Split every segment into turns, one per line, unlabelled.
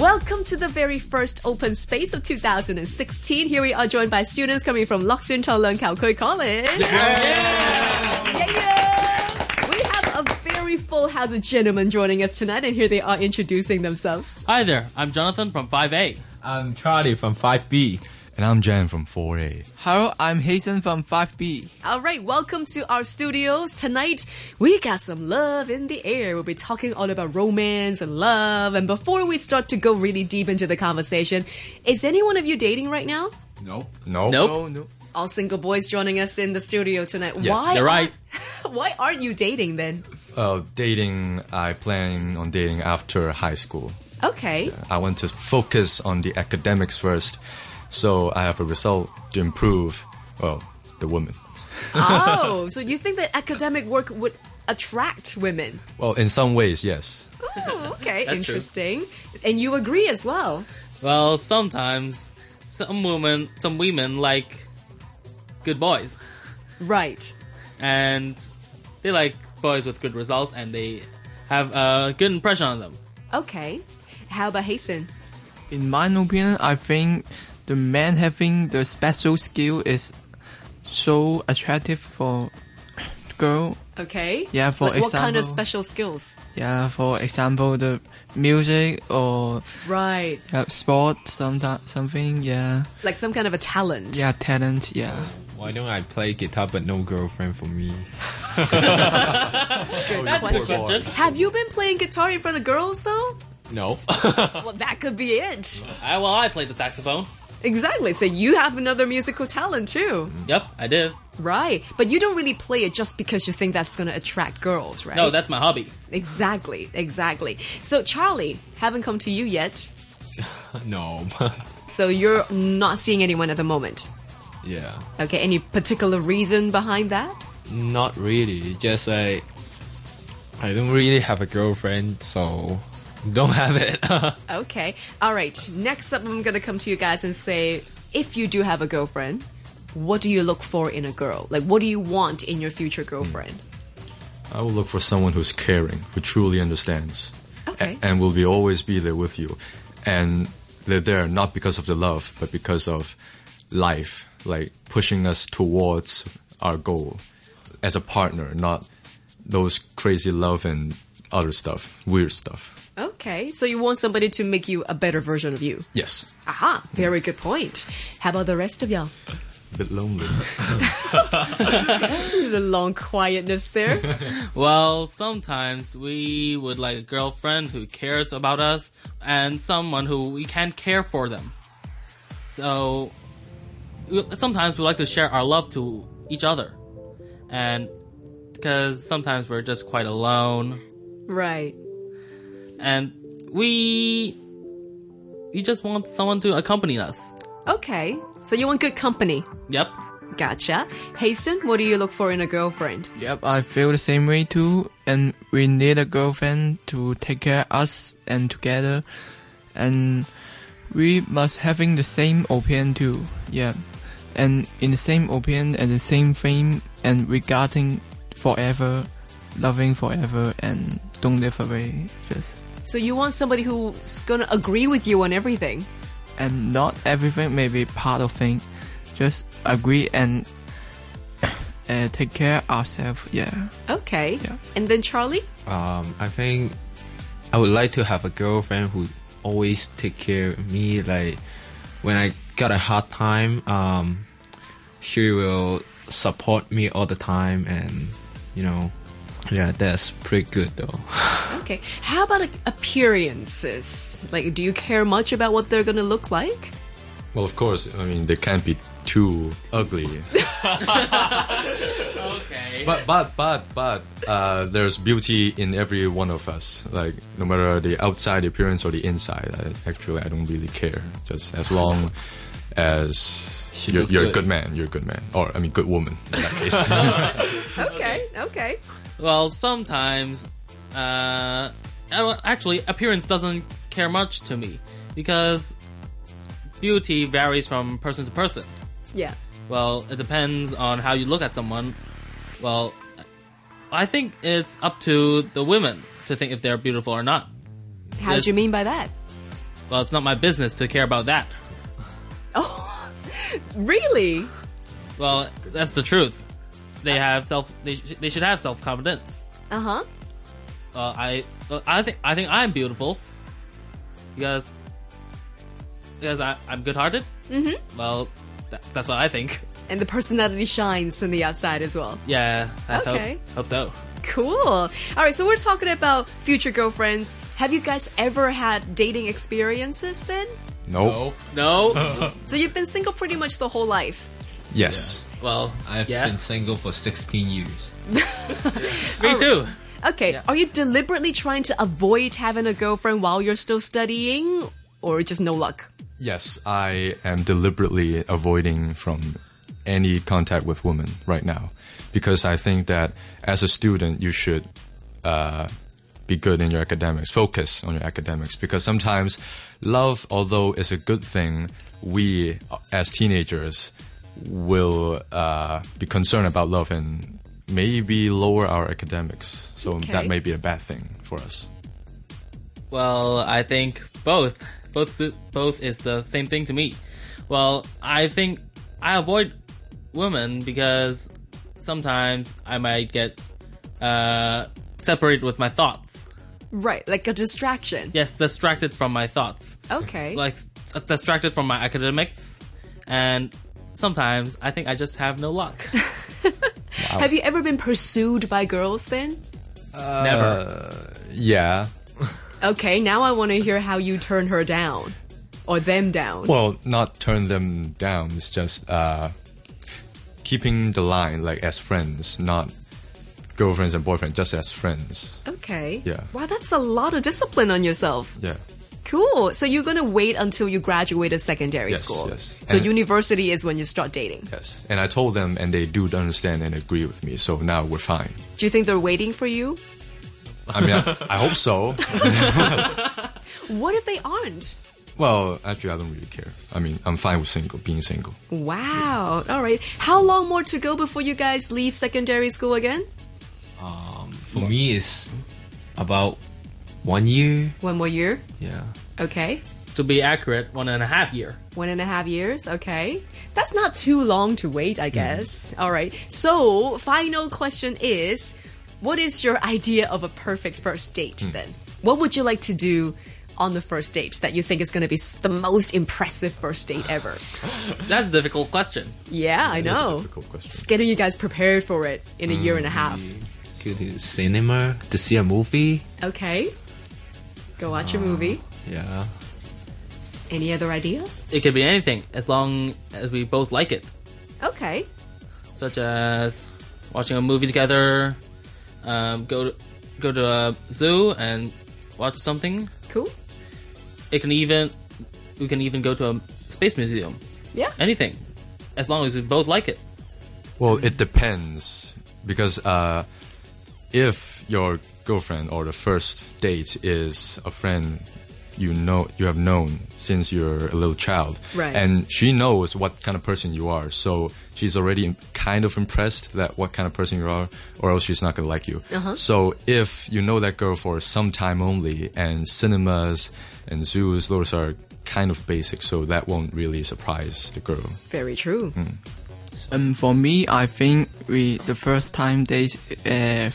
Welcome to the very first open space of 2016. Here we are joined by students coming from Lok Sun Chong Leung Khao Khoi College. Yeah, yeah. We have a very full house of gentlemen joining us tonight, and here they are introducing themselves.
Hi there, I'm Jonathan from 5A.
I'm Charlie from 5B.
And I'm Jan from 4A.
Hello, I'm Hazen from 5B.
All right, welcome to our studios. Tonight, we got some love in the air. We'll be talking all about romance and love. And before we start to go really deep into the conversation, is any one of you dating right now?
Nope.
No.
Oh
Nope.
no.
All single boys joining us in the studio tonight. why?
You're right.
Why aren't you dating then?
Uh, dating, I plan on dating after high school.
Okay.
I want to focus on the academics first, so I have a result to improve, well, the woman.
Oh, so you think that academic work would attract women?
Well, in some ways, yes.
Oh, okay,
That's true.
interesting. And you agree as well.
Well, sometimes some women, some women like good boys,
Right.
and they like boys with good results, and they have a good impression on them.
Okay. How about Hasten?
In my opinion, I think the man having the special skill is so attractive for girl.
Okay.
Yeah, for
like What kind of
example-
special skills?
Yeah, for example, the music or
Right.
yeah, sport, something, something. Yeah,
Like some kind of a talent.
yeah, talent. Yeah.
Why don't I play guitar but no girlfriend for me?
Good question.
Question?
Have you been playing guitar in front of girls though?
No.
Well, that could be it.
I, well, I played the saxophone.
Exactly. So you have another musical talent too.
Yep, I did.
Right. But you don't really play it just because you think that's going to attract girls, right?
No, that's my hobby.
Exactly, exactly. So, Charlie, haven't come to you yet.
no.
So, you're not seeing anyone at the moment.
yeah.
Okay, any particular reason behind that?
Not really. Just like I don't really have a girlfriend, so don't have it.
Okay, all right. Next up, I'm gonna come to you guys and say if you do have a girlfriend, what do you look for in a girl? Like, what do you want in your future girlfriend?
I will look for someone who's caring, who truly understands,
Okay.
and will be always be there with you. And they're there not because of the love, but because of life, like pushing us towards our goal as a partner, not those crazy love and other stuff, weird stuff.
Okay, so you want somebody to make you a better version of you.
Yes,
Aha, very good point. How about the rest of y'all?
a bit lonely.
The long quietness there.
Well, sometimes we would like a girlfriend who cares about us and someone who we can care for them. So we- sometimes we like to share our love to each other. And because sometimes we're just quite alone
right.
and we we just want someone to accompany us.
Okay, so you want good company.
Yep.
Gotcha. Hasten, what do you look for in a girlfriend?
Yep, I feel the same way too, and we need a girlfriend to take care of us and together, and we must having the same opinion too. Yeah, and in the same opinion and the same frame, and regarding forever, loving forever, and don't live away. Just
So you want somebody who's gonna agree with you on everything.
and not everything may be part of thing. Just agree and uh, take care ourselves. Yeah.
Okay.
Yeah.
And then Charlie?
um, I think I would like to have a girlfriend who always take care of me. Like when I got a hard time, um, she will support me all the time, and you know, yeah, that's pretty good though.
Okay. How about like, appearances? Like, do you care much about what they're gonna look like?
Well, of course, I mean they can't be too ugly,
Okay.
but but but but uh, there's beauty in every one of us. Like no matter the outside appearance or the inside, I, actually I don't really care. Just as long as you're,
look
you're a
good.
good man, you're a good man, or I mean good woman in that case.
Okay. Okay.
Well, sometimes, uh, uh, actually, appearance doesn't care much to me because beauty varies from person to person.
Yeah.
Well, it depends on how you look at someone. Well, I think it's up to the women to think if they're beautiful or not.
How do
Yes.
you mean by that?
Well, it's not my business to care about that.
Oh, really?
Well, that's the truth. They have self. They, sh- they should have self confidence.
Uh huh.
Uh, I uh, I think I think I'm beautiful because because I, I'm good hearted. Mm-hmm. Well, that, that's what I think.
And the personality shines from the outside as well.
Yeah, I
Okay.
hope hope so.
Cool. All right, so we're talking about future girlfriends. Have you guys ever had dating experiences then?
Nope.
Uh-huh.
No.
So you've been single pretty much the whole life.
Yes.
well,
I've
yeah.
been single for 16 years.
me too.
Okay, are you deliberately trying to avoid having a girlfriend while you're still studying or just no luck?
Yes, I am deliberately avoiding from any contact with women right now because I think that as a student you should uh, be good in your academics, focus on your academics because sometimes love, although it's a good thing, we uh, as teenagers will uh, be concerned about love and maybe lower our academics. So
Okay.
that may be a bad thing for us.
Well, I think both. Both su- both is the same thing to me. Well, I think I avoid women because sometimes I might get uh, separated with my thoughts.
Right, like a distraction.
Yes, distracted from my thoughts.
Okay.
Like s- distracted from my academics, and sometimes I think I just have no luck.
Have you ever been pursued by girls then?
Never.
Yeah,
Okay, now I want to hear how you turn her down or them down.
Well, not turn them down. It's just uh, keeping the line, like as friends, not girlfriends and boyfriends, just as friends.
Okay.
Yeah.
Wow, that's a lot of discipline on yourself.
Yeah.
Cool. So you're going to wait until you graduated secondary
Yes,
school.
yes.
So
And-
university is when you start dating.
Yes. And I told them, and they do understand and agree with me. So now we're fine.
Do you think they're waiting for you?
I mean, I, I hope so.
What if they aren't?
Well, actually, I don't really care. I mean, I'm fine with single, being single.
Wow. All right. How long more to go before you guys leave secondary school again?
For me, it's about one year.
One more year?
Yeah.
Okay.
to be accurate, one and a half year.
One and a half years, okay. That's not too long to wait, I guess. All right. So, final question is what is your idea of a perfect first date then? What would you like to do on the first date that you think is going to be s- the most impressive first date ever?
That's a difficult question.
Yeah, I
That's a
know.
difficult question.
Just getting you guys prepared for it in a year and a half.
Go to cinema to see a movie.
Okay. Go watch a movie.
Yeah.
Any other ideas?
It could be anything as long as we both like it.
Okay.
such as watching a movie together, um, go to, go to a zoo and watch something.
Cool.
It can even we can even go to a space museum.
Yeah.
Anything, as long as we both like it.
Well, it depends because uh, if your girlfriend or the first date is a friend you know you have known since you're a little child,
Right.
and she knows what kind of person you are, so she's already im- kind of impressed that what kind of person you are, or else she's not gonna like you.
Uh-huh.
So if you know that girl for some time only, and cinemas and zoos, those are kind of basic, so that won't really surprise the girl.
Very true.
And Um, for me, I think we the first time they uh,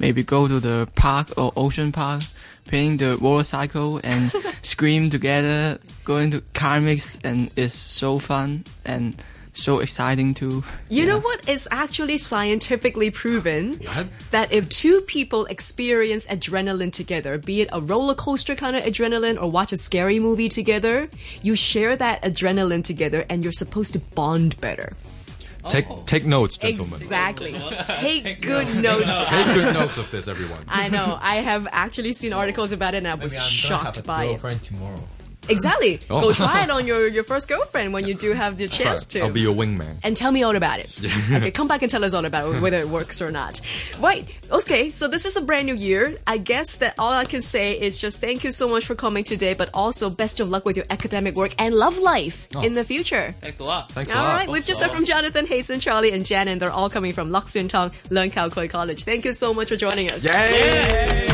maybe go to the park or ocean park, playing the water cycle and scream together, going to car mix, and it's so fun and so exciting too.
You know what is actually scientifically proven?
What?
That if two people experience adrenaline together, be it a roller coaster kind of adrenaline or watch a scary movie together, you share that adrenaline together and you're supposed to bond better.
Take take notes, gentlemen.
Oh. Exactly. Take good notes.
Take good notes of this, everyone.
I know. I have actually seen articles about it and I was shocked by it.
tomorrow.
Exactly.
Oh.
Go try it on your, your first girlfriend when you do have the chance to.
I'll be your wingman.
and tell me all about it. Okay, come back and tell us all about it, whether it works or not. Right. Okay, so this is a brand new year. I guess that all I can say is just thank you so much for coming today, but also best of luck with your academic work and love life in the future.
Thanks a lot.
Oh. Thanks a
All
lot.
right, we've just heard from Jonathan, Hazen, Charlie, and Jan, and they're all coming from Lok Soon Tong Leung Kau Koi College. Thank you so much for joining us.
Yay!